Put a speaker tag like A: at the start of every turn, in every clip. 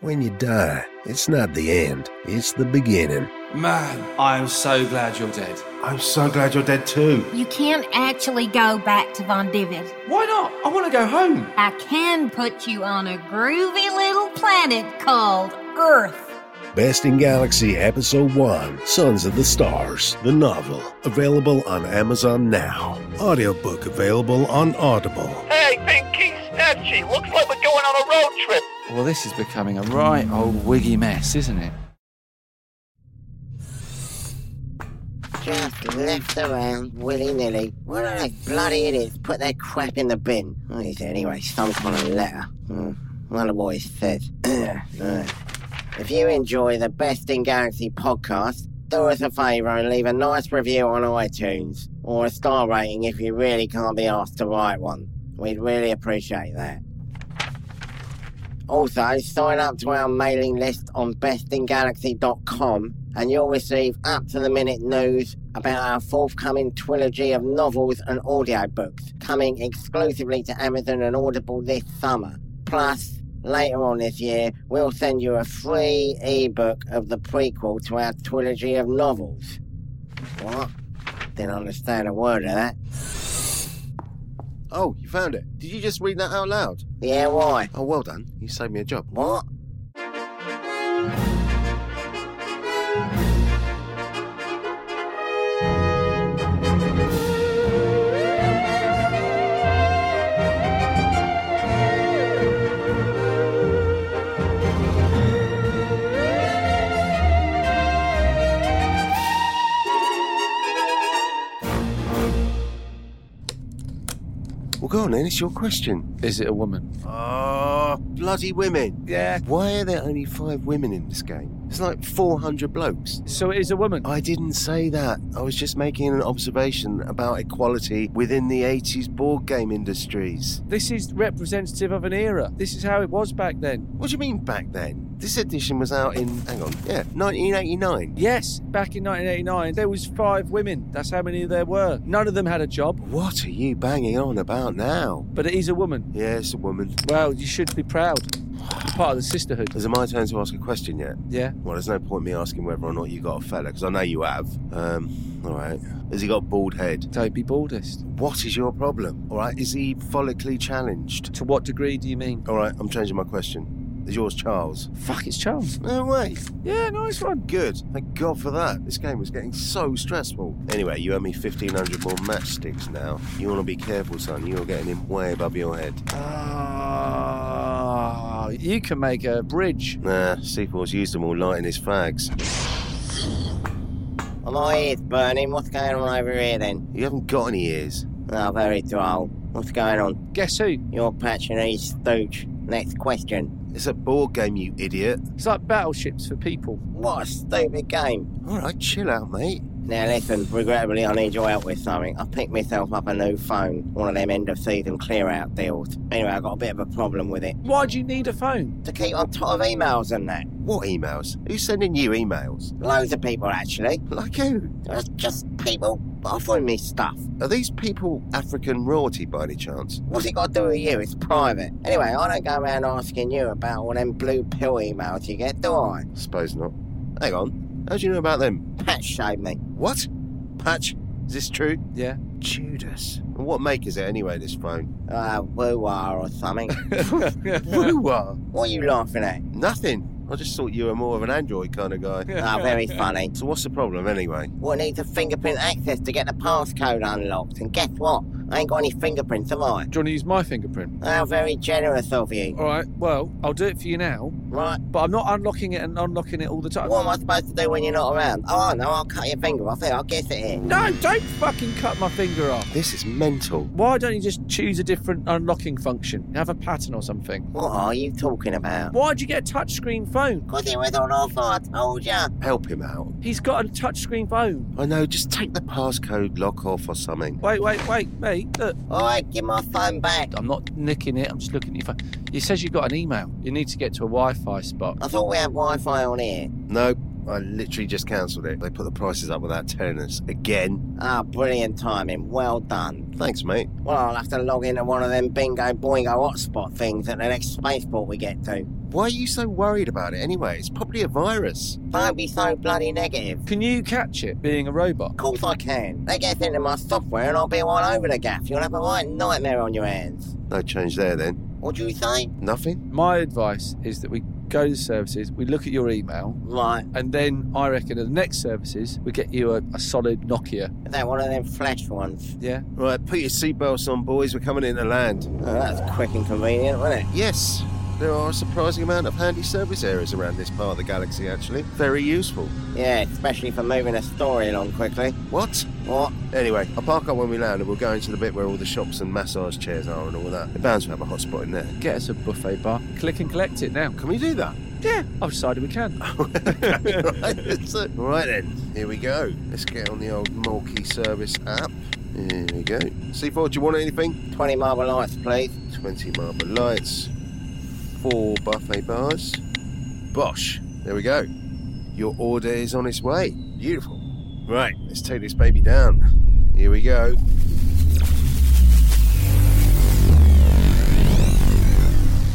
A: When you die, it's not the end, it's the beginning.
B: Man, I'm so glad you're dead.
C: I'm so glad you're dead too.
D: You can't actually go back to Von Divid.
B: Why not? I want to go home.
D: I can put you on a groovy little planet called Earth.
A: Best in Galaxy Episode 1 Sons of the Stars, the novel, available on Amazon now. Audiobook available on Audible.
E: Hey, Pinky Snatchy, looks like we're going on a road trip.
B: Well, this is becoming a right old wiggy mess, isn't it?
F: Just left around willy-nilly. What are those bloody idiots put their crap in the bin? Oh, is there anyway some kind of letter? Hmm. Wonder what it says. Uh, if you enjoy the Best in Galaxy podcast, do us a favour and leave a nice review on iTunes or a star rating if you really can't be asked to write one. We'd really appreciate that. Also, sign up to our mailing list on bestingalaxy.com and you'll receive up to the minute news about our forthcoming trilogy of novels and audiobooks coming exclusively to Amazon and Audible this summer. Plus, later on this year, we'll send you a free ebook of the prequel to our trilogy of novels. What? Didn't understand a word of that.
G: Oh, you found it. Did you just read that out loud?
F: Yeah, why?
G: Oh, well done. You saved me a job.
F: What?
G: Well, go on then. It's your question.
B: Is it a woman?
G: Oh, bloody women.
B: Yeah.
G: Why are there only five women in this game? It's like 400 blokes.
B: So it is a woman.
G: I didn't say that. I was just making an observation about equality within the 80s board game industries.
B: This is representative of an era. This is how it was back then.
G: What do you mean back then? This edition was out in, hang on, yeah, 1989.
B: Yes, back in 1989, there was five women. That's how many there were. None of them had a job,
G: What are you banging on about now?
B: but it is a woman.
G: Yeah, it's a woman.
B: Well, you should be proud. Part of the sisterhood.
G: Is it my turn to ask a question yet?
B: Yeah.
G: Well, there's no point me asking whether or not you got a fella, because I know you have. Um, all right. Has he got a bald head?
B: Toby Baldest.
G: What is your problem? All right. Is he follically challenged?
B: To what degree do you mean?
G: All right. I'm changing my question. Is yours Charles?
B: Fuck, it's Charles.
G: No way.
B: Yeah, nice one.
G: Good. Thank God for that. This game was getting so stressful. Anyway, you owe me 1,500 more matchsticks now. You want to be careful, son. You're getting him way above your head.
B: Ah, you can make a bridge.
G: Nah, Seaport's used them all lighting his fags.
F: Am I ears burning? What's going on over here then?
G: You haven't got any ears.
F: Oh, very droll. What's going on?
B: Guess who?
F: You're Patronese Stooge. Next question.
G: It's a board game, you idiot.
B: It's like battleships for people.
F: What a stupid game.
G: All right, chill out, mate.
F: Now listen, regrettably I need your help with something. I picked myself up a new phone, one of them end of season clear out deals. Anyway, I got a bit of a problem with it.
B: Why do you need a phone?
F: To keep on top of emails and that.
G: What emails? Who's sending you emails?
F: Loads of people actually.
G: Like who?
F: There's just people offering me stuff.
G: Are these people African royalty by any chance?
F: What's it got to do with you? It's private. Anyway, I don't go around asking you about all them blue pill emails you get, do I?
G: Suppose not. Hang on. How do you know about them?
F: Pat showed me.
G: What? Patch? Is this true?
B: Yeah.
G: Judas. And what make is it anyway, this phone?
F: Uh, woo-wah or something.
G: Woo-wah.
F: what are you laughing at?
G: Nothing. I just thought you were more of an android kind of guy.
F: Ah, very funny.
G: So what's the problem anyway?
F: Well, it needs a fingerprint access to get the passcode unlocked. And guess what? I ain't got any fingerprints, have I?
B: Do you want to use my fingerprint?
F: How very generous of you.
B: All right, well, I'll do it for you now,
F: Right.
B: but I'm not unlocking it and unlocking it all the time.
F: What am I supposed to do when you're not around? Oh, no, I'll cut your finger off here. I'll guess it here.
B: No, don't fucking cut my finger off.
G: This is mental.
B: Why don't you just choose a different unlocking function? Have a pattern or something.
F: What are you talking about?
B: Why'd you get a touchscreen phone?
F: Because it was on offer, I told ya.
G: Help him out.
B: He's got a touchscreen phone.
G: I know, just take the passcode lock off or something.
B: Wait, wait, wait, mate, look.
F: All right, give my phone back.
B: I'm not nicking it, I'm just looking at your phone. It says you've got an email. You need to get to a Wi Fi spot.
F: I thought we had Wi Fi on here.
G: No, I literally just cancelled it. They put the prices up without telling us again.
F: Ah, brilliant timing. Well done.
G: Thanks, mate.
F: Well, I'll have to log into one of them bingo boingo hotspot things at the next spaceport we get to.
G: Why are you so worried about it anyway? It's probably a virus.
F: Don't be so bloody negative.
B: Can you catch it being a robot?
F: Of course I can. They get into my software and I'll be all over the gaff. You'll have a right nightmare on your hands.
G: No change there then.
F: What do you say?
G: Nothing?
B: My advice is that we go to services, we look at your email,
F: Right.
B: and then I reckon at the next services, we get you a, a solid Nokia.
F: Is that one of them flash ones?
B: Yeah?
G: Right, put your seatbelts on, boys. We're coming in to land.
F: Oh, that's quick and convenient, wasn't
G: Yes, there are a surprising amount of handy service areas around this part of the galaxy, actually. Very useful.
F: it? Yeah, especially for moving a story along quickly.
G: What?
F: What?
G: Anyway, I'll park up when we land and we'll go into the bit where all the shops and massage chairs are and all that. The bounds will have a hot spot in there.
B: Get us a buffet bar. Click and collect it now.
G: Can we do that?
B: Yeah, I've decided we can.
G: right, so- all right then, here we go. Let's get on the old Mulkey service app. Here we go. C4, do you want anything?
F: 20 marble lights, please.
G: 20 marble lights, four buffet bars. Bosh. There we go. Your order is on its way. Beautiful. Right, let's take this baby down. Here we go.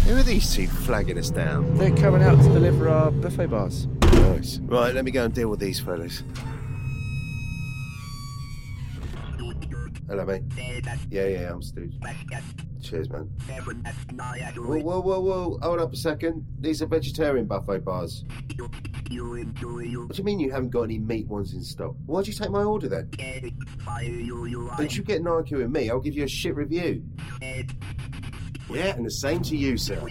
G: Who are these two flagging us down?
B: They're coming out to deliver our buffet bars.
G: Nice. Right, let me go and deal with these fellas. Hello, mate. Yeah, yeah, I'm Stu. Cheers, man. Whoa, whoa, whoa, whoa. Hold up a second. These are vegetarian buffet bars. What do you mean you haven't got any meat ones in stock? Why'd you take my order then? Don't you get an argument with me? I'll give you a shit review. Yeah, and the same to you, sir.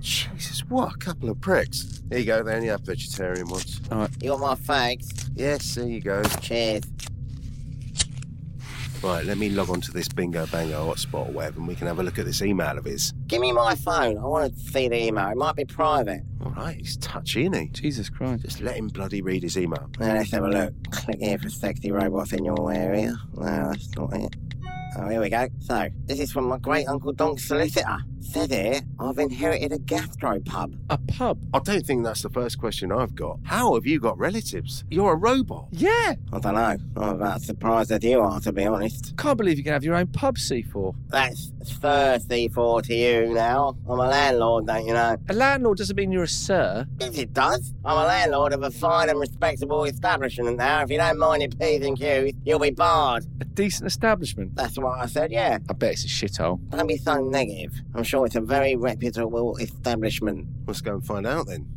G: Jesus, what a couple of pricks. There you go, they only have vegetarian ones.
F: You got my fags?
G: Yes, there you go.
F: Cheers.
G: Right, let me log on to this bingo bango hotspot web and we can have a look at this email of his.
F: Give me my phone. I want to see the email. It might be private.
G: All right, he's touchy, isn't he?
B: Jesus Christ.
G: Just let him bloody read his email.
F: Now, let's have a look. Click here for sexy robots in your area. No, that's not it. Oh, here we go. So, this is from my great uncle Donk's solicitor. Says here, I've inherited a gastropub.
B: A pub?
G: I don't think that's the first question I've got. How have you got relatives? You're a robot.
B: Yeah!
F: I don't know. I'm about as surprised as you are, to be honest.
B: Can't believe you can have your own pub, C4.
F: That's thirsty for to you now. I'm a landlord, don't you know?
B: A landlord doesn't mean you're a sir.
F: Yes, it does. I'm a landlord of a fine and respectable establishment now. If you don't mind your P's and Q's, you'll be barred.
B: A decent establishment.
F: That's what I said, yeah.
B: I bet it's a shithole.
F: Don't be so negative. I'm sure it's a very reputable establishment.
G: Let's go and find out then.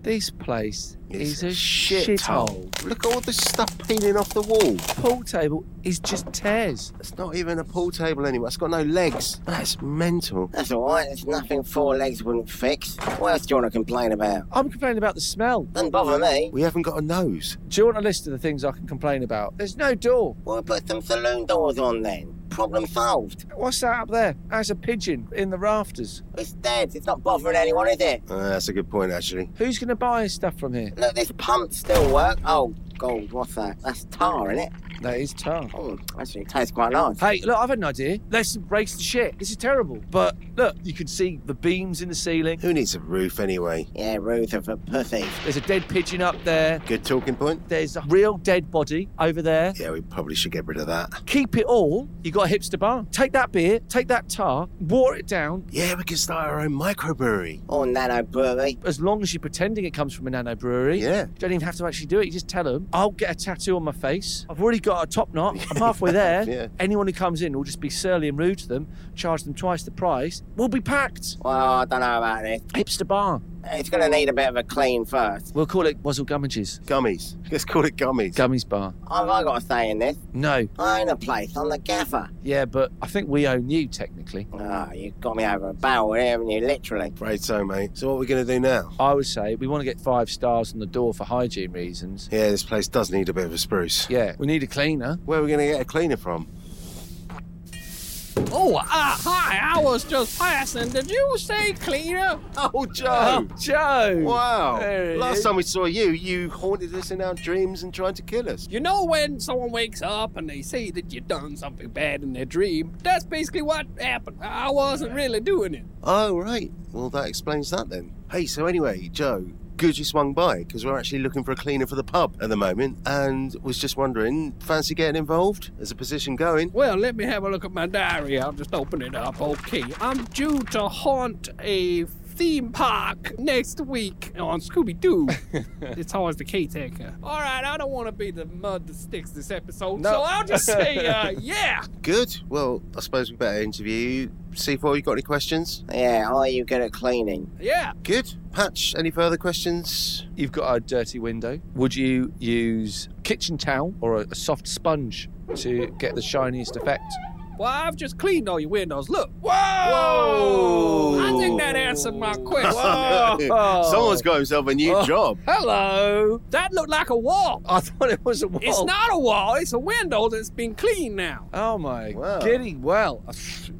B: This place
G: It's
B: is a shithole.
G: Look at all the stuff peeling off the wall.
B: Pool table is just tears.
G: It's not even a pool table anymore. It's got no legs. That's mental.
F: That's all right. There's nothing four legs wouldn't fix. What else do you want to complain about?
B: I'm complaining about the smell.
F: Doesn't bother me.
G: We haven't got a nose.
B: Do you want a list of the things I can complain about? There's no door.
F: We'll put some saloon doors on then. Problem solved.
B: What's that up there? That's a pigeon in the rafters.
F: It's dead. It's not bothering anyone, is it?
G: Uh, that's a good point, actually.
B: Who's going to buy stuff from here?
F: Look, this pump still work. Oh, God, what's that? That's tar, isn't it?
B: That is tar.
F: Oh, actually, it tastes quite nice.
B: Hey, look, I've had an idea. Let's race the shit. This is terrible. But look, you can see the beams in the ceiling.
G: Who needs a roof anyway?
F: Yeah, rules are for pussies.
B: There's a dead pigeon up there.
G: Good talking point.
B: There's a real dead body over there.
G: Yeah, we probably should get rid of that.
B: Keep it all. You got a hipster bar. Take that beer, take that tar, water it down.
G: Yeah, we can start our own microbrewery.
F: Or nano brewery.
B: As long as you're pretending it comes from a nano brewery,
G: Yeah.
B: you don't even have to actually do it. You just tell them, I'll get a tattoo on my face. I've already got a top knot. I'm halfway there.
G: Yeah.
B: Anyone who comes in will just be surly and rude to them, charge them twice the price. We'll be packed.
F: Well, I don't know about this.
B: Hipster bar.
F: It's going to need a bit of a clean first.
B: We'll call it Wuzzle Gummages.
G: Gummies. Let's call it gummies.
B: Gummies bar.
F: Have I got a say in this?
B: No.
F: I own a place. I'm the gaffer.
B: Yeah, but I think we own you technically.
F: Ah, you got me over a barrel here, haven't you? Literally.
G: Afraid so, mate. So what are we going to do now?
B: I would say we want to get five stars on the door for hygiene reasons.
G: Yeah, this place does need a bit of a spruce.
B: Yeah, we need a cleaner.
G: Where are we going to get a cleaner from?
H: Oh, uh, hi, I was just passing. Did you say cleaner?
G: Oh, Joe!
B: Oh, Joe!
G: Wow.
B: There it
G: Last
B: is.
G: time we saw you, you haunted us in our dreams and tried to kill us.
H: You know when someone wakes up and they say that you done something bad in their dream? That's basically what happened. I wasn't really doing it.
G: Oh, right. Well, that explains that then. Hey, so anyway, Joe, good you swung by because we're actually looking for a cleaner for the pub at the moment and was just wondering, fancy getting involved? There's a position going.
H: Well, let me have a look at my diary. I'll just open it up. Okay. I'm due to haunt a theme park next week on Scooby Doo. it's always the caretaker. All right, I don't want to be the mud that sticks this episode,
B: No.
H: so I'll just say, uh, yeah.
G: Good. Well, I suppose we better interview you. C4, you got any questions?
F: Yeah, are you good at cleaning?
H: Yeah.
G: Good. Patch, any further questions?
B: You've got a dirty window. Would you use kitchen towel or a, a soft sponge to get the shiniest effect?
H: Well, I've just cleaned all your windows. Look. Whoa!
B: Whoa!
H: I think that answered my question.
G: Someone's got himself a new
B: Oh.
G: job.
H: Hello. That looked like a wall.
B: I thought it was a wall.
G: Oh.
H: It's not a wall. It's a window that's been cleaned now.
B: Oh my
G: Wow.
B: giddy well.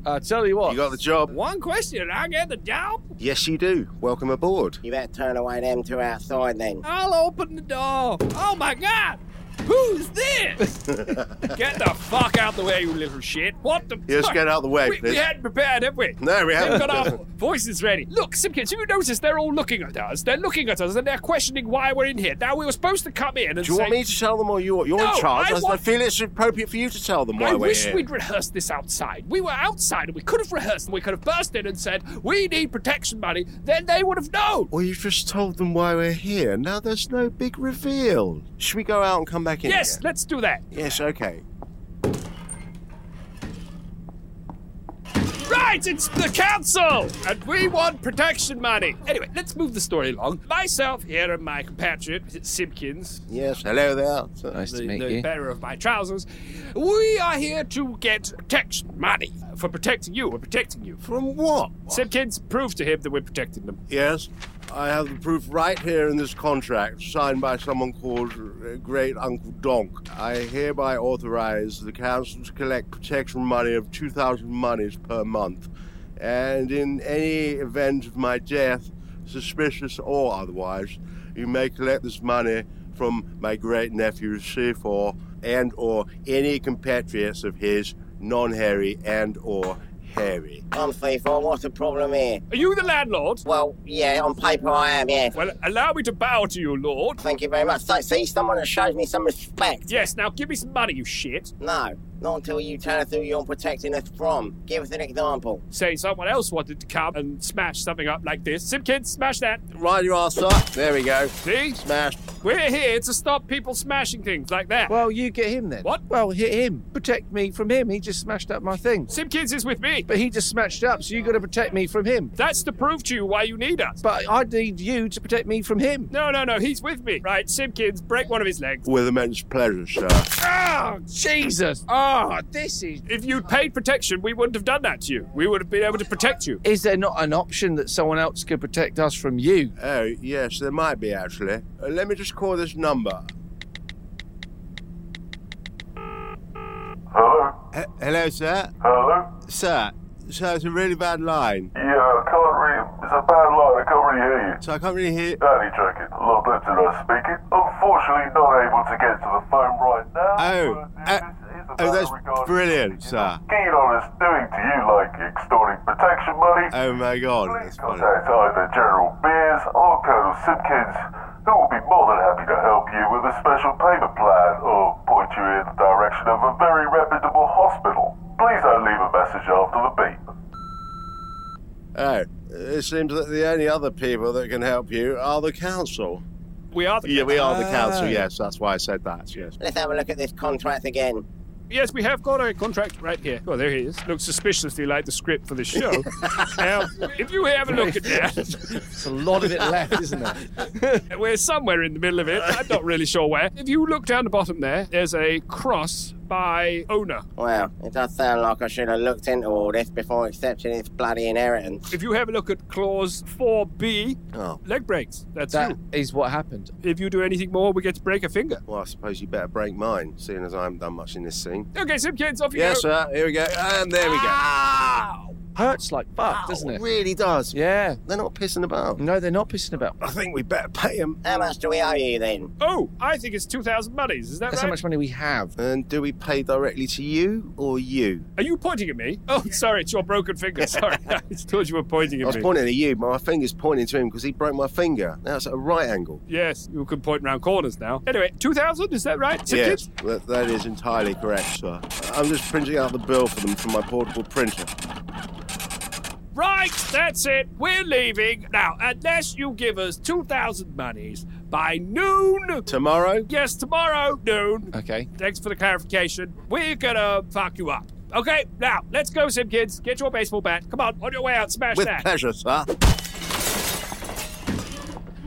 B: I tell you what.
G: You got the job?
H: One question. I get the job.
G: Yes, you do. Welcome aboard.
F: You better turn away them two outside then.
H: I'll open the door. Oh my God. Who's this? get the fuck out the way, you little shit. What the
G: Yes,
H: fuck?
G: get out the way,
H: We, we
G: please.
H: hadn't prepared, have we?
G: No, we
H: They've
G: haven't.
H: got our voices ready. Look, Simpkins, have you noticed they're all looking at us? They're looking at us and they're questioning why we're in here. Now, we were supposed to come in and
G: Do you
H: say...
G: want me to tell them or you? You're
H: No,
G: in charge.
H: I
G: I,
H: want-
G: feel it's appropriate for you to tell them why
H: I
G: we're
H: wish
G: here.
H: we'd rehearsed this outside. We were outside and we could have rehearsed and we could have burst in and said, We need protection money. Then they would have known.
G: Well, you've just told them why we're here. Now there's no big reveal. Should we go out and come back in?
H: Yes,
G: again?
H: let's do that.
G: Yes, okay.
H: Right, it's the council, and we want protection money. Anyway, let's move the story along. Myself here and my compatriot Simpkins,
G: Yes, hello there.
B: Nice
H: the,
B: to meet
H: the
B: you.
H: bearer of my trousers, we are here to get protection money for protecting you. We're protecting you.
G: From what?
H: Simpkins, prove to him that we're protecting them.
G: Yes, I have the proof right here in this contract, signed by someone called uh, Great Uncle Donk. I hereby authorize the council to collect protection money of 2,000 monies per month, and in any event of my death, suspicious or otherwise, you may collect this money from my great nephew C4 and or any compatriots of his, non-hairy and or hairy.
F: Come, C4, what's the problem here?
H: Are you the landlord?
F: Well, yeah, on paper I am, yeah.
H: Well, allow me to bow to you, Lord.
F: Thank you very much. So, see, someone that shows me some respect.
H: Yes, now give me some money, you shit.
F: No, not until you tell us who you're protecting us from. Give us an example.
H: Say someone else wanted to come and smash something up like this. Simpkins, smash that.
G: Right your ass up. There we go.
H: See?
G: Smash.
H: We're here to stop people smashing things like that.
B: Well, you get him then.
H: What?
B: Well, hit him. Protect me from him. He just smashed up my thing.
H: Simpkins is with me.
B: But he just smashed up, so you got to protect me from him.
H: That's to prove to you why you need us.
B: But I need you to protect me from him.
H: No, no, no, he's with me. Right, Simpkins, break one of his legs.
G: With immense pleasure, sir.
H: Ah!
B: Jesus. Ah, this is.
H: If you'd paid protection, we wouldn't have done that to you. We would have been able to protect you.
B: Is there not an option that someone else could protect us from you?
G: Oh, yes, there might be actually. Uh, let me just call this number.
I: Hello?
G: H- Hello, sir.
I: Hello?
G: Sir, sir, it's a really bad line,
I: Yeah, I can't really. It's a bad line. I can't really hear you.
G: so I can't really hear.
I: Daddy Jacket, Lord Lieutenant speaking. Unfortunately, not able to get to the phone right now.
G: Oh,
I: but
G: uh,
I: this is
G: oh,
I: a matter
G: that's
I: regarding-
G: brilliant, sir.
I: Keen on us doing to you like extorting protection money.
G: Oh my God,
I: Please
G: that's funny.
I: contact either General Beers or Colonel Simpkins, who will be more than happy to help you with a special payment plan or point you in the direction of a very reputable hospital. Please don't leave a message after the beep.
G: Oh, it seems that the only other people that can help you are the council.
H: We are the.
G: Yeah, we are the council.
A: Ah.
B: Oh.
G: Yes, that's why I said that. Yes.
F: Let's have a look at this contract again.
H: Yes, we have got a contract right here. Oh, there he is. Looks suspiciously like the script for the show. now, if you have a look at that,
B: It's a lot of it left, isn't it?
H: we're somewhere in the middle of it. I'm not really sure where. If you look down the bottom there, there's a cross by owner.
F: Well, it does sound like I should have looked into all this before accepting his bloody inheritance.
H: If you have a look at clause 4B,
G: Oh,
H: leg breaks. That's
B: That
H: you.
B: is what happened.
H: If you do anything more, we get to break a finger.
G: well, I suppose you better break mine, seeing as I haven't done much in this scene.
H: Okay, Simpkins, off you
G: Yes,
H: go.
G: sir. Here we go. And there we go.
A: Ah!
H: Ow!
B: Hurts like fuck, doesn't
G: it
B: it?
G: really does.
B: Yeah.
G: They're not pissing about.
B: No, they're not pissing about.
A: I think we better pay him.
F: How much do we owe you then?
H: Oh, I think it's 2,000 monies. Is that
B: That's
H: right?
B: how much money we have.
G: And do we pay directly to you or you?
H: Are you pointing at me? Oh, sorry, it's your broken finger. Sorry. I just thought you were pointing
G: I
H: at
G: was
H: me.
G: pointing at you, but my finger's pointing to him because he broke my finger. Now it's at a right angle.
H: yes, you can point round corners now. Anyway, 2,000, is that right? Simpkins?
G: that, that is entirely correct, sir. I'm just printing out the bill for them from my portable printer.
H: Right, that's it. We're leaving. Now, unless you give us 2,000 monies by noon.
G: Tomorrow?
H: Yes, tomorrow, noon.
B: Okay.
H: Thanks for the clarification. We're gonna fuck you up. Okay, now, let's go, Simpkins. Get your baseball bat. Come on, on your way out, smash
G: With
H: that.
G: pleasure, sir.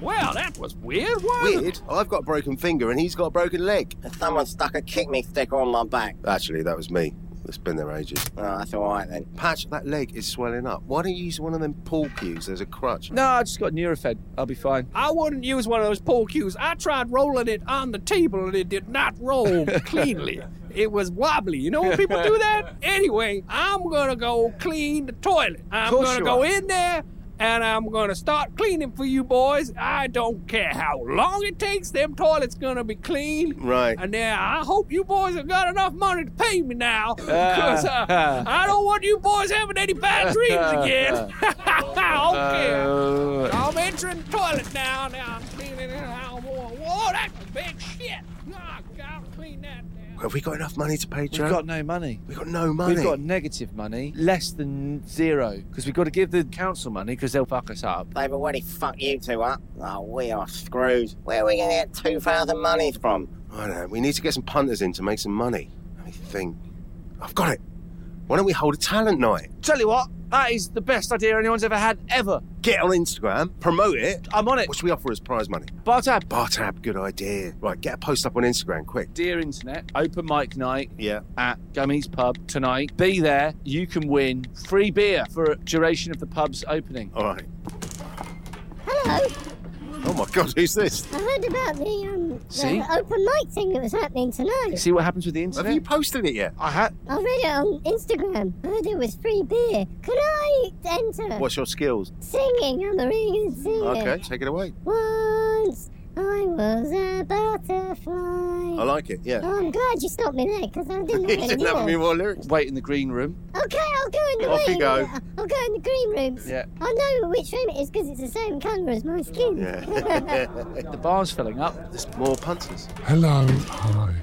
H: well, that was weird, wasn't it?
G: Weird. I've got a broken finger and he's got a broken leg.
F: Someone stuck a kick me stick on my back.
G: Actually, that was me. It's been there ages.
F: Oh, that's all right then.
G: Patch, that leg is swelling up. Why don't you use one of them pool cues as a crutch?
B: No, I just got Nurofen. I'll be fine.
H: I wouldn't use one of those pole cues. I tried rolling it on the table and it did not roll cleanly. It was wobbly. You know when people do that? Anyway, I'm gonna go clean the toilet. I'm
B: Course
H: gonna
B: you
H: go
B: are.
H: in there and I'm gonna start cleaning for you boys. I don't care how long it takes, them toilets gonna be clean.
G: Right.
H: And now I hope you boys have got enough money to pay me now, because uh, I don't want you boys having any bad dreams again.
G: Oh,
H: okay.
B: Uh,
H: I'm entering the toilet now. Now I'm cleaning it out. Whoa, whoa that's a big shit. Nah, I gotta clean that now.
G: Have we got enough money to pay,
B: we've
G: Joe?
B: got no money.
G: We've got no money.
B: We've got negative money, less than zero, because we've got to give the council money because they'll fuck us up.
F: They've already fucked you two up. Oh, we are screwed. Where are we gonna get 2,000 monies from?
G: I know. uh, We need to get some punters in to make some money. Let me think. I've got it. Why don't we hold a talent night?
B: Tell you what, that is the best idea anyone's ever had ever.
G: Get on Instagram, promote it.
B: I'm on it. uh,
G: What should we offer as prize money?
B: Bartab.
G: Bar tab, good idea. Right, get a post up on Instagram quick.
B: Dear Internet, open mic night
G: Yeah.
B: at Gummy's Pub tonight. Be there. You can win free beer for duration of the pub's opening.
G: All right.
J: Hello,
G: Oh my God, who's this?
J: I heard about the, um,
B: See?
J: the open mic thing that was happening tonight.
B: See what happens with the
G: Have
B: internet?
G: you posted it yet?
B: I had.
J: I read it on Instagram. I heard it was free beer. Can I enter?
G: What's your skills?
J: Singing, I'm a ring singer.
G: Okay, take it away.
J: Once I was a
G: I
J: butterfly.
G: like it. Yeah.
J: Oh, I'm glad you stopped me there because I didn't
G: You
J: know any
G: didn't have
J: more.
G: any more lyrics.
B: Wait in the green room.
J: Okay, I'll go in the
G: Off you
J: room.
G: go.
J: I'll go in the green rooms.
B: Yeah.
J: I know which room it is because it's the same colour as my skin.
G: Yeah.
B: The bar's filling up.
G: There's more punters.
K: Hello. Hi.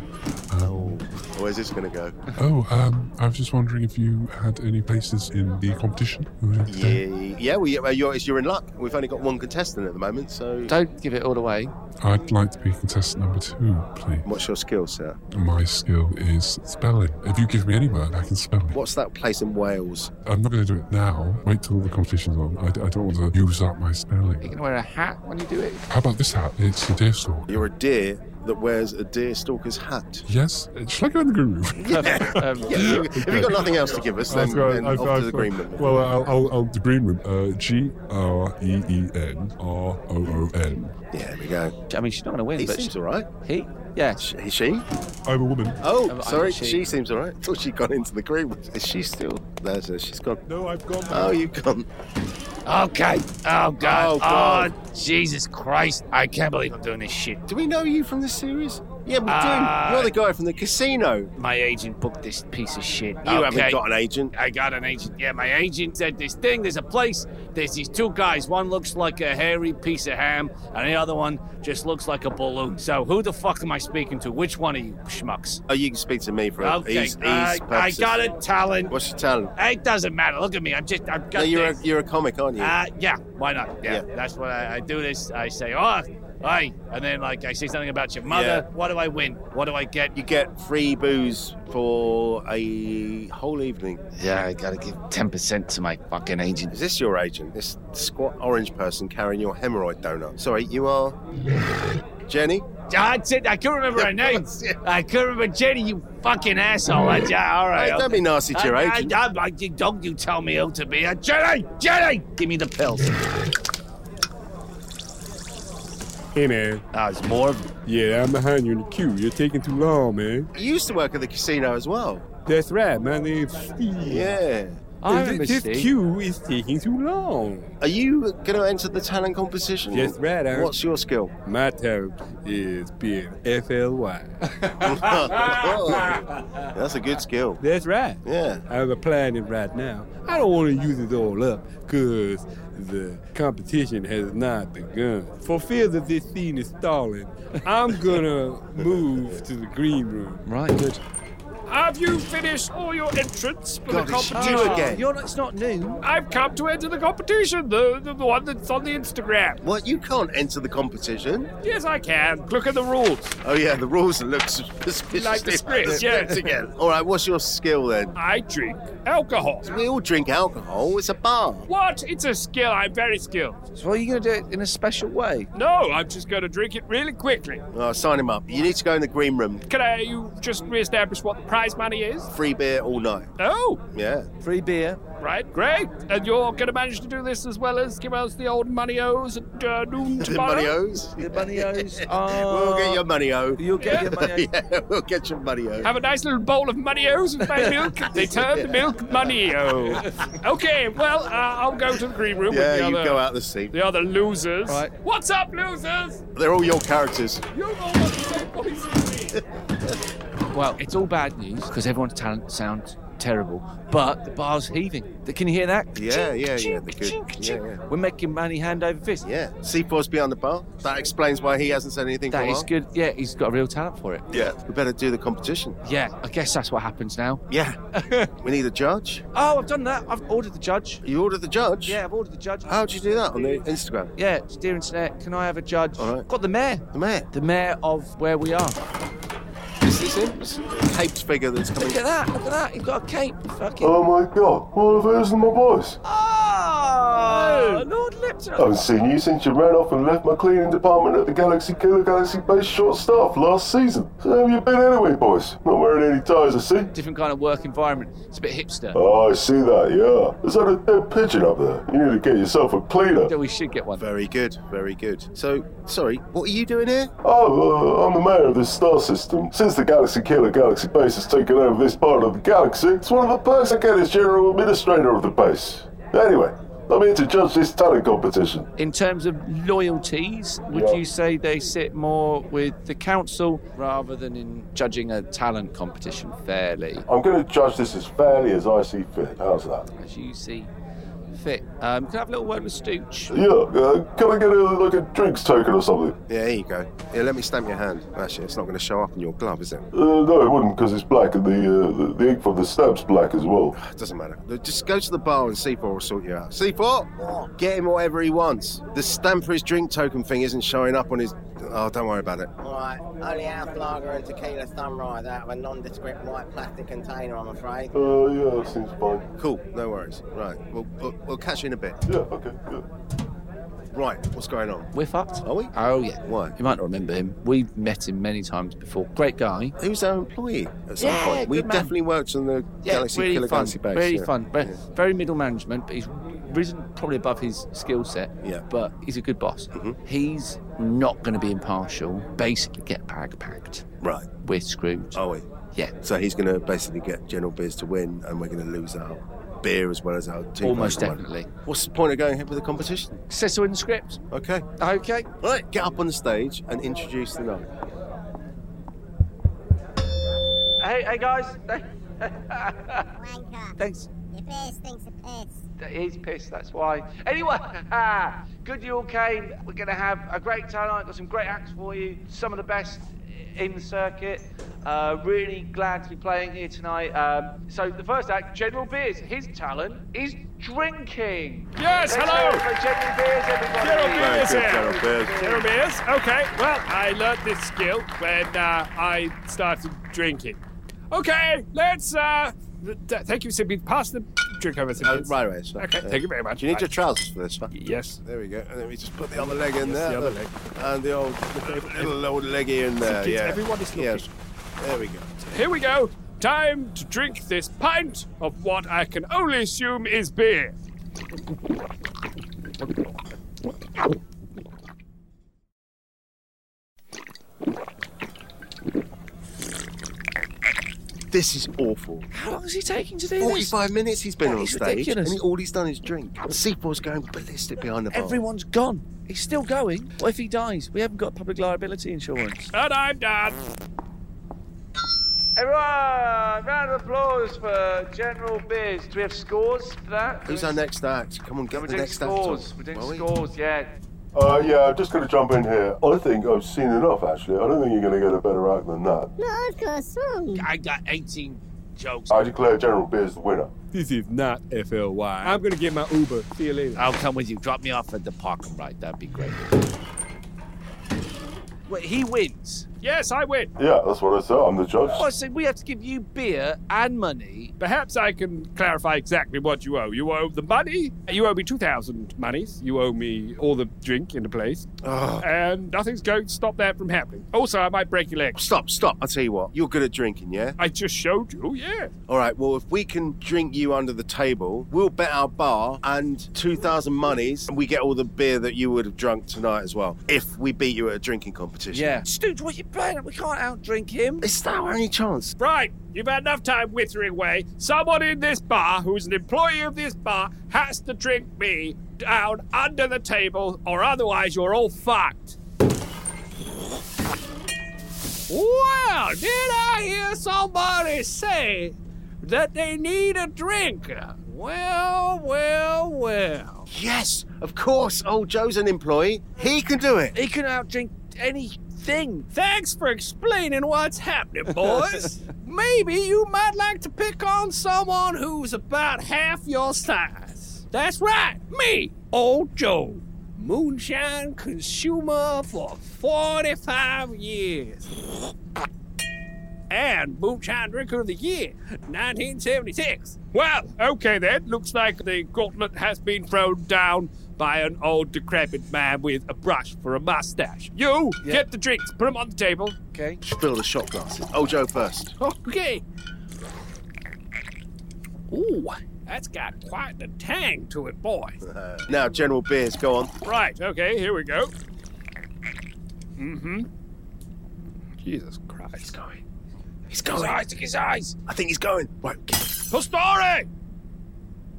G: Oh, where's this going to go?
K: Oh, um, I was just wondering if you had any places in the competition. you were in today.
G: Yeah, yeah. Well, you're, you're, you're in luck. We've only got one contestant at the moment, so.
B: Don't give it all away.
K: I'd like to be contestant number two, please.
G: What's your skill, sir?
K: My skill is spelling. If you give me any word, I can spell it.
G: What's that place in Wales?
K: I'm not going to do it now. Wait till the competition's on. I, I don't want to use up my
B: You're
K: spelling.
B: going to wear a hat when you do it?
K: How about this hat? It's the deer stalk.
G: You're a deer that wears a deer stalker's hat.
K: Yes? Shall I go in the green room?
B: Um,
G: Yeah, you- if you've got nothing else to give us, then,
K: I've got-
G: then
K: I've
G: off
K: got-
G: to the green room.
K: Well, uh, I'll, I'll, I'll the green room. Uh, G R E E N R O O N.
G: yeah, there we go.
B: I mean, she's not going to win,
G: He
B: but
G: seems all right.
B: she, he? Yeah.
G: She, she?
K: I'm a woman.
G: Oh,
B: Um, I-
G: sorry. She.
B: she-
G: seems all right. thought she'd gone into the green room. Is she still? No, sir, she's gone.
K: No, I've gone.
G: Oh, you've gone.
B: Okay. Oh, God.
G: Oh, God.
B: Jesus Christ. I can't believe I'm doing this shit.
G: Do we know you from this series? Yeah, we
B: Uh,
L: Ah.
G: do. You're the guy from the casino.
B: My agent booked this piece of shit.
G: You haven't got an agent.
B: I got an agent. Yeah, my agent said this thing. There's a place. There's these two guys. One looks like a hairy piece of ham, and the other one just looks like a balloon. So who the fuck am I speaking to? Which one of you schmucks?
G: Oh, you can speak to me for
B: Okay, uh,
G: ease, ease
B: I, I
G: purposes.
B: got a talent.
G: What's your talent?
B: It doesn't matter. Look at me. I'm just. I've
G: No,
B: got
G: you're a,
B: this.
G: you're a comic, aren't you?
B: Uh, yeah, why not? Yeah,
G: Yeah.
B: that's what I, I do. This I say, oh, hey, and then like I say something about your mother.
G: Yeah.
B: What do I win? What do I get?
G: you get free booze for a whole evening.
B: Yeah, I gotta give ten percent to my fucking agent.
G: Is this your agent? This squat orange person carrying your hemorrhoid donut. Sorry, you are. Jenny?
M: Johnson. I couldn't remember her name. I couldn't remember Jenny. You fucking asshole. That's, yeah, all right.
L: Hey, don't be nasty to your
M: I- I-
L: agent.
M: I- I- you- don't you tell me who to be. Uh, Jenny, Jenny, give me the pills.
K: Hey, man.
M: Ah, it's more of
K: Yeah, I'm behind you in the queue. You're taking too long, man.
L: You used to work at the casino as well.
K: That's right. My name's Steve.
L: Yeah.
K: Th- this queue is taking too long.
L: Are you going to enter the talent competition?
K: Yes, right, Aaron.
L: What's your skill?
K: My term is being FLY.
L: That's a good skill.
K: That's right.
L: Yeah.
K: I'm applying it right now. I don't want to use it all up because the competition has not begun. For fear that this scene is stalling, I'm gonna move to the green room.
B: Right.
H: Have you finished all your entrants for
L: God,
H: the
L: it's you
H: competition?
L: again.
B: You're not, it's not new.
H: I've come to enter the competition, the, the, the one that's on the Instagram.
L: What? You can't enter the competition?
H: Yes, I can. Look at the rules.
L: Oh, yeah, the rules look suspiciously
H: Like the script, yeah.
L: Once again. All right, what's your skill then?
H: I drink alcohol.
L: We all drink alcohol. It's a bar.
H: What? It's a skill. I'm very skilled.
B: So are you going to do it in a special way?
H: No, I'm just going to drink it really quickly.
L: Oh, sign him up. You need to go in the green room.
H: Can I you just reestablish what the prize money is?
L: Free beer all night.
H: Oh,
L: Yeah.
B: Free beer.
H: right, great. And you're going to manage to do this as well as give us the old money O's at uh, noon
L: The
H: tomorrow?
L: money O's?
B: The bunny O's
L: We'll get
B: are-
L: your money O.
B: You'll get your money.
L: yeah, we'll get your money O.
H: Have a nice little bowl of money O's with my milk. They term the milk money O. Okay, well, uh, I'll go to the green room with the
L: Yeah, you
H: other.
L: go out the seat.
H: The other losers.
B: Right.
H: What's up, losers?
L: They're all your characters.
H: You all want the same voice as me.
B: Well, it's all bad news because everyone's talent sounds terrible, but the bar's heaving. Th- Can you hear that?
L: Yeah,
B: Chink,
L: yeah, yeah,
B: chink,
L: they're good.
B: chink,
L: Yeah,
B: chink.
L: yeah.
B: We're making money hand over fist.
L: Yeah. Seapaw's behind the bar. That explains why he hasn't said anything for
B: That
L: a
B: is
L: while.
B: good. Yeah, he's got a real talent for it.
L: Yeah. We better do the competition.
B: Yeah, I guess that's what happens now.
L: Yeah. we need a judge.
B: Oh, I've done that. I've ordered the judge.
L: You order the judge?
B: Yeah, I've ordered the judge.
L: How'd you do that on the Instagram?
B: Yeah, dear internet, can I have a judge?
L: All right.
B: Got the mayor.
L: The mayor.
B: The mayor of where we are.
L: Is this him? It's a Caped figure that's coming.
B: Look at that. Look at that. He's got a cape. Fucking.
I: Oh my god, what have I in my voice?
B: Oh, Lord Lipton.
I: I haven't seen you since you ran off and left my cleaning department at the Galaxy Killer Galaxy Base short staff last season. So where have you been anyway, boys? Not wearing any ties, I see.
B: Different kind of work environment. It's a bit hipster.
I: Oh, I see that, yeah. There's that a dead pigeon up there? You need to get yourself a cleaner.
B: Yeah, we should get one.
L: Very good, very good. So, sorry, what are you doing here?
I: Oh, uh, I'm the mayor of this star system. Since the Galaxy Killer Galaxy Base has taken over this part of the galaxy, it's one of the perks I get as general administrator of the base. Anyway, I'm here to judge this talent competition.
B: In terms of loyalties, would
I: Yeah.
B: you say they sit more with the council rather than in judging a talent competition fairly,
I: I'm going to judge this as fairly as I see fit. How's that?
B: as you see fit? Um, can I have a little word with Stooch?
I: Yeah, uh, can I get a, like a drinks token or something?
L: Yeah, here you go. Here, let me stamp your hand. Actually, it's not going to show up in your glove, is it?
I: Uh, no, it wouldn't because it's black and the, uh, the the ink from the stamp's black as well.
L: It doesn't matter. Look, Just go to the bar and C4 will sort you out. C4! Get him whatever he wants. The stamp for his drink token thing isn't showing up on his. Oh, don't worry about it.
F: Alright, only half lager and tequila sunrise out of a nondescript white plastic container, I'm afraid.
I: Uh, yeah, that seems fine.
L: Cool, no worries. Right, we'll, we'll, we'll catch you in a bit.
I: Yeah, okay, good.
L: Right, what's going on?
B: We're fucked.
L: Are we?
B: Oh, yeah.
L: Why?
B: You might not remember him. We've met him many times before. Great guy.
L: He was our employee at some
B: Yeah,
L: point. We
B: good man.
L: definitely worked on the
B: Yeah,
L: Galaxy
B: really
L: Killer
B: fun.
L: Galaxy base.
B: Really
L: yeah.
B: fun. Very,
L: Yeah.
B: very middle management, but he's risen probably above his skill set.
L: Yeah. Mm-hmm.
B: But he's a good boss. He's not going to be impartial. Basically, get bag packed.
L: Right,
B: We're screwed.
L: are we?
B: Yeah.
L: So he's going to basically get General Beers to win, and we're going to lose our beer as well as our team.
B: Almost definitely.
L: What's the point of going ahead with the competition?
B: Cecil in the script.
L: Okay.
B: Okay.
L: Right, get up on the stage and introduce the night.
B: Hey, hey guys.
J: Wanker.
B: Thanks.
J: Your beer stinks of piss.
B: He's pissed, that's why. Anyway, good you all came. We're going to have a great tonight. Got some great acts for you. Some of the best in the circuit. Uh, really glad to be playing here tonight. Um, so, the first act, General Beers. His talent is drinking.
H: Yes,
B: Let's
H: hello.
B: have it For General Beers, everybody.
H: General Beers here.
L: Gerald Beers.
H: General Beers. Okay. Well, I learnt this skill when uh, I started drinking. Okay, let's. Uh, th- th- thank you, Sibby. Pass the drink over some
G: Oh,
H: minutes.
G: right, right. Sorry.
H: Okay,
G: Yeah.
H: thank you very much.
G: Do you need Uh,
H: I-
G: your trousers for this one?
H: Yes.
G: There we go. And then we just put the other leg in
H: Yes,
G: there.
H: the other
G: look.
H: leg.
G: And the old the little old leggy in there.
H: kids,
G: yeah.
H: everyone is looking.
G: Yes. There we go.
H: Here we go. Time to drink this pint of what I can only assume is beer.
G: This is awful.
B: How long is he taking to do this?
G: 45 minutes he's been
B: That
G: on
B: is
G: stage,
B: ridiculous.
G: and he, all he's done is drink. Seaport's going ballistic behind the bar.
B: Everyone's gone. He's still going. What if he dies? We haven't got public liability insurance.
H: And I'm done.
N: Everyone, round of applause for General Beers. Do we have scores for that?
G: Who's our next act? Come on, get
N: We're
G: the
N: doing
G: next act. on,
N: scores. We're doing
G: will we?
N: scores, yeah.
I: Uh, yeah, I'm just going to jump in here. I think I've seen enough, actually. I don't think you're going to get a better act than that.
J: Look, I've got a song.
B: I got 18 jokes.
I: I declare General Beers the winner.
K: This is not FLY. I'm going to get my Uber. See you later.
B: I'll come with you. Drop me off at the park and ride. That'd be great. Wait, he wins.
H: Yes, I win.
I: Yeah, that's what I said. I'm the judge.
B: Oh, so we have to give you beer and money.
H: Perhaps I can clarify exactly what you owe. You owe the money. You owe me 2,000 monies. You owe me all the drink in the place.
G: Ugh.
H: And nothing's going to stop that from happening. Also, I might break your leg.
G: Stop, stop. I'll tell you what. You're good at drinking, yeah?
H: I just showed you. Oh, Yeah.
G: All right, well, if we can drink you under the table, we'll bet our bar and 2,000 monies, and we get all the beer that you would have drunk tonight as well, if we beat you at a drinking competition.
B: Yeah. Stooge, what you playing at? We can't outdrink him.
G: It's our only chance.
H: Right, you've had enough time withering away. Someone in this bar who's an employee of this bar has to drink me down under the table, or otherwise you're all fucked. Well, did I hear somebody say that they need a drink? Well, well, well.
G: Yes, of course. Old Joe's an employee. He can do it.
B: He can outdrink anything.
H: Thanks for explaining what's happening, boys. Maybe you might like to pick on someone who's about half your size. That's right, me, old Joe. Moonshine consumer for 45 years. And Moonshine Drinker of the Year, 1976. Well, okay then. Looks like the gauntlet has been thrown down by an old decrepit man with a brush for a mustache. You,
B: Yeah.
H: get the drinks, put them on the table.
B: Okay.
G: Spill the shot glasses. Old Joe first.
H: Okay. Ooh, that's got quite the tang to it, boy.
G: Uh, Now, General Beers, go on.
H: Right, okay, here we go. Mm-hmm. Jesus Christ.
G: going. He's
B: His
G: going.
B: eyes, look at his eyes.
G: I think he's going. Right.
H: Pastore!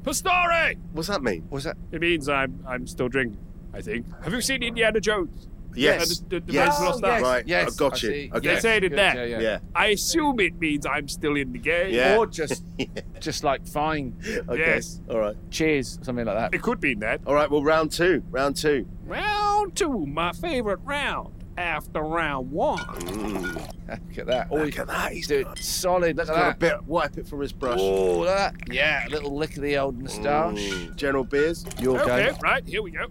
H: Pastore!
G: What's that mean? What's that?
H: It means I'm I'm still drinking, I think. Have you seen Indiana Jones?
G: Yes.
H: Uh, the- the- the
G: yes.
H: man's lost that.
G: Right.
N: Yes,
G: I've got
N: I
G: you.
N: see.
G: Okay.
H: They
N: Yes.
H: say it in
N: Good,
H: that.
N: yeah,
G: Yeah.
H: I assume it means I'm still in the game.
G: Yeah.
B: Or just, just like fine.
G: Okay.
H: Yes.
G: All right.
B: Cheers, something like that.
H: It could mean that.
G: All right. Well, round two. Round two.
H: Round two, my favorite round after round one.
B: Look at that. Always
G: Look at that. He's
B: do it solid. Look
N: Ah.
G: got a
B: at that.
G: bit. Wipe it from his brush.
B: Oh, look at that. Yeah, a little lick of the old moustache.
G: Mm. General Beers, your go.
H: Okay, right, here we go.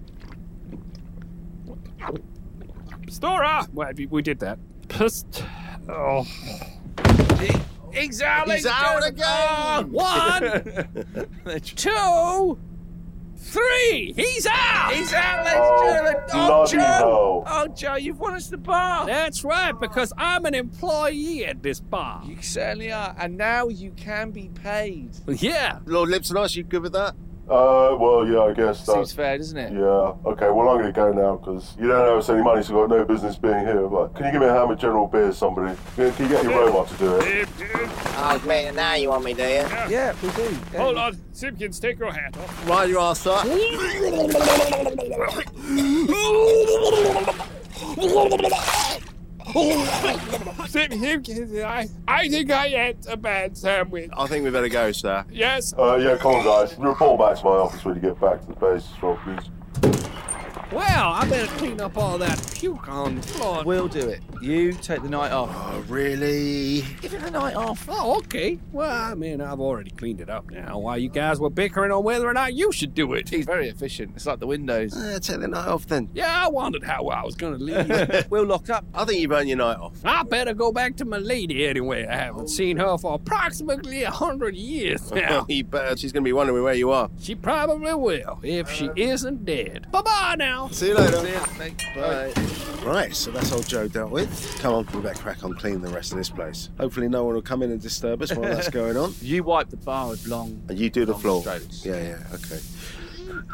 H: Stora! Well, we- we did that. Pissed. Oh.
B: He's out,
G: He's out again.
H: One, two, three! He's out!
B: He's out, ladies and
I: Oh,
B: gentlemen. Oh,
I: bloody
B: Joe.
I: hell.
B: Oh, Joe, you've won us the bar.
H: That's right, because I'm an employee at this bar.
B: You certainly are. And now you can be paid.
H: Yeah.
G: Lord Lips and Ice, you good with that?
I: Uh, well, yeah, I guess
B: Seems
I: that's...
B: fair, doesn't it?
I: Yeah, okay, well, I'm going to go now, because you don't owe us any money, so I've got no business being here, but can you give me a hand with General Beers, somebody? Can can you get your robot to do it?
F: Oh, man, now you want me, do you?
B: Yeah, we do. Yeah.
H: Hold on. Simpkins, take your hat off.
G: Right, your ass up.
H: Simpkins, I, I think I ate a bad sandwich.
G: I think we better go, sir.
H: Yes,
I: Uh, yeah, come on, guys. Report back to my office when you get back to the base as well, please.
B: Well, I better clean up all that puke on the floor.
H: We'll do it. You take the night off. Oh, really?
B: Give it the night off. Oh, okay. Well, I mean, I've already cleaned it up now. While you guys were bickering on whether or not you should do it.
H: He's very efficient. It's like the windows.
G: Uh, take the night off then.
B: Yeah, I wondered how I was going to leave.
H: we'll lock up.
G: I think you've earned your night off.
B: I better go back to my lady anyway. I haven't seen her for approximately a hundred years now.
G: you better. She's going to be wondering where you are.
B: she probably will if she isn't dead. Bye bye now.
G: See you later.
H: See ya, mate. Bye.
G: Right, so that's all Joe dealt with. Come on, we better crack on cleaning the rest of this place. Hopefully, no one will come in and disturb us while that's going on.
H: You wipe the bar with long.
G: And you do the
H: long
G: floor.
H: Strokes.
G: Yeah, yeah, okay.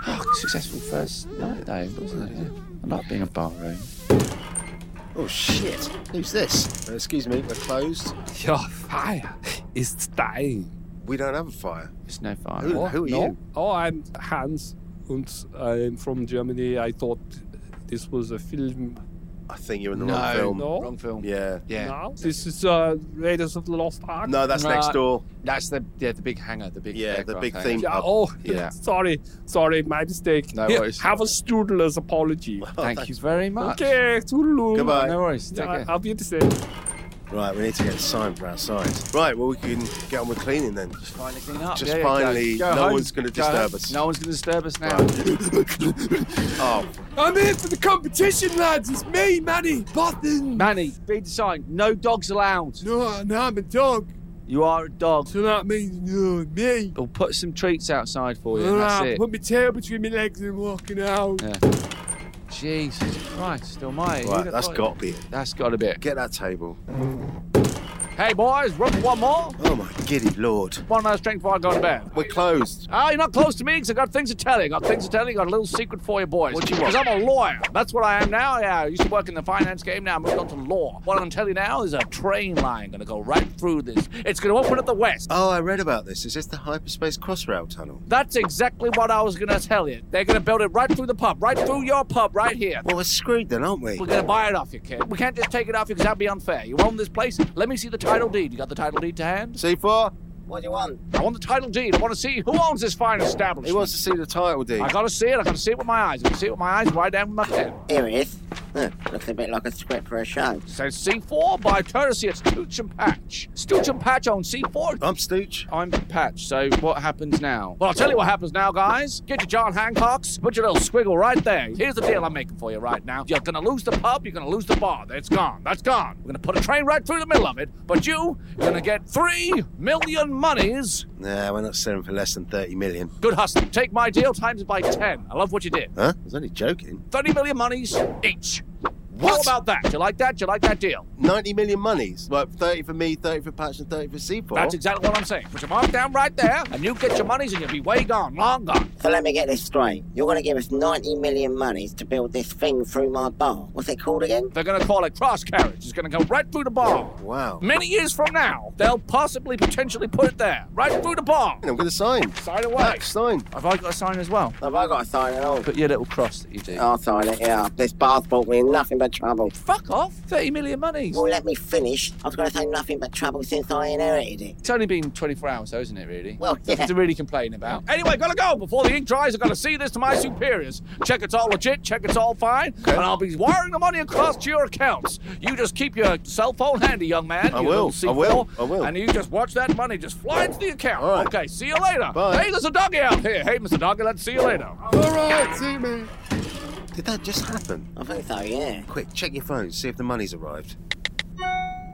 H: Oh, successful first night though, wasn't it? Yeah. I like being a bar room.
G: Oh shit! Who's this? Uh, excuse me, we're closed.
K: Your fire is dying.
G: We don't have a fire.
H: It's no fire.
G: Who, who are
K: no?
G: you?
K: Oh, I'm Hans, and I'm from Germany. I thought this was a film.
G: I think you're in the
H: no,
G: wrong film.
K: no.
H: wrong film.
G: Yeah.
H: Yeah.
K: No, this is uh, Raiders of the Lost Ark.
G: No, that's
H: No.
G: next door.
H: That's the yeah the big hangar, the big
G: Yeah, the
H: aircraft
G: big
H: hangar.
G: thing.
K: Yeah, oh,
H: Yeah.
K: sorry, sorry, my mistake.
H: No
K: Here,
H: worries.
K: Have a Strudler's apology. Eh,
H: Thank you very much.
K: Okay, toodaloo.
G: Goodbye.
H: No worries. Take
K: Yeah,
H: care.
K: I'll be the same.
G: Right, we need to get a sign for outside. Right, well we can get on with cleaning then.
H: Finally clean up.
G: Just finally,
H: go- go
G: no
H: home.
G: one's gonna
H: Go
G: disturb
H: home.
G: us.
H: No one's going to disturb us now.
G: Oh,
K: I'm here for the competition, lads. It's me, Manny Bothan.
H: Manny, read the sign. No dogs allowed.
K: No, no, I'm a dog.
H: You are a dog.
K: So that means you know me.
H: We'll put some treats outside for you. and
K: Alright,
H: that's it.
K: Put my tail between my legs and walking out.
H: Jesus Christ Almighty.
G: right, that's got to be it.
H: That's got a bit.
G: Get that table.
H: Hey boys, run for one more.
G: Oh my giddy lord.
H: One last drink before I go to bed.
G: We're closed.
H: Ah, you're not close to me because I got things to tell you. I got things to tell you. I got a little secret for you, boys.
G: What do you want?
H: Because I'm a lawyer. That's what I am now. Yeah, I used to work in the finance game. Now I moved on to law. What I'm going to tell you now is a train line going to go right through this. It's going to open at the west.
G: Oh, I read about this. Is this the hyperspace crossrail tunnel?
H: That's exactly what I was going to tell you. They're going to build it right through the pub, right through your pub, right here.
G: Well, we're screwed then, aren't we?
H: We're going to buy it off you, kid. We can't just take it off you because that'd be unfair. You own this place. Let me see the title deed. You got the title deed to hand?
G: C4,
F: What do you want?
H: I want the title deed. I want to see who owns this fine establishment.
G: he wants to see the title deed.
H: I gotta see it. I gotta see it with my eyes. I can see it with my eyes right down with my pen.
F: Here it is. Huh, looks a bit like a script for a show.
H: It says C4 by courtesy of Stooch and Patch. Stooch and Patch on C4.
G: I'm Stooch.
H: I'm Patch, so what happens now? Well, I'll tell you what happens now, guys. Get your John Hancocks, put your little squiggle right there. Here's the deal I'm making for you right now. You're gonna lose the pub, you're gonna lose the bar. That's gone. That's gone. We're gonna put a train right through the middle of it, but you, you're gonna get three million monies.
G: Nah, we're not selling for less than 30 million.
H: Good hustle. Take my deal times it by 10. I love what you did.
G: Huh? I was only joking.
H: 30 million monies each.
G: What?
H: How about that? You like that? You like that deal?
G: 90 million monies. Like 30 for me, 30 for Patch, and 30 for C4.
H: That's exactly what I'm saying. Put your mark down right there, and you get your monies, and you'll be way gone, long gone.
F: So let me get this straight. You're going to give us 90 million monies to build this thing through my bar. What's it called again?
H: They're going to call it cross carriage. It's going to go right through the bar.
G: Wow.
H: Many years from now, they'll possibly potentially put it there, right through the bar.
G: I'm going to sign.
H: Sign away.
G: Patch, sign.
H: Have I got a sign as well?
F: Have I got to sign it all?
H: Put your little cross that you do.
G: Uh,
F: I'll sign it, yeah. This bar's brought me nothing but trouble.
H: Fuck off. 30 million monies.
F: Well, let me finish. I was going to say nothing but trouble since I inherited it.
H: It's only been 24 hours, though, isn't it, really?
F: Well,
H: Nothing
F: yeah.
H: to really complain about. Anyway, gotta go before the ink dries. I gotta see this to my superiors. Check it's all legit. Check it's all fine. And I'll be wiring the money across to your accounts. You just keep your cell phone handy, young man.
G: I
H: you
G: will,
H: little
G: I will,
H: C4,
G: I will.
H: And you just watch that money just fly into the account.
G: All right.
H: Okay. See you later.
G: Bye.
H: Hey, there's a doggy out here. Hey, Mr. Doggy, let's see you later.
K: All right, see me.
G: Did that just happen?
F: I think so, yeah.
G: Quick, check your phone, see if the money's arrived.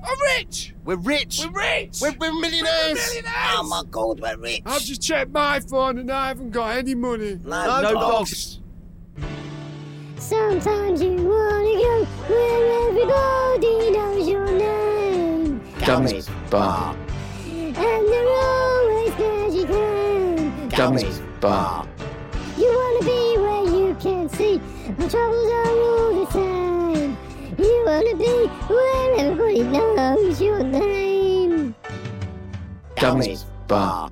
H: I'm rich.
G: We're rich.
H: We're rich.
G: We're, we're millionaires.
H: Millionaires.
F: Oh my god, we're rich.
K: I've just checked my phone and I haven't got any money.
F: No,
G: No
F: no
G: dogs.
J: Sometimes you wanna go where everybody knows your name.
F: Gummies.
H: bar.
J: And they're always glad you can.
H: bar.
J: You wanna be where you can see. The troubles are all the same. You wanna be where everybody knows your name.
F: Gummies. Bar.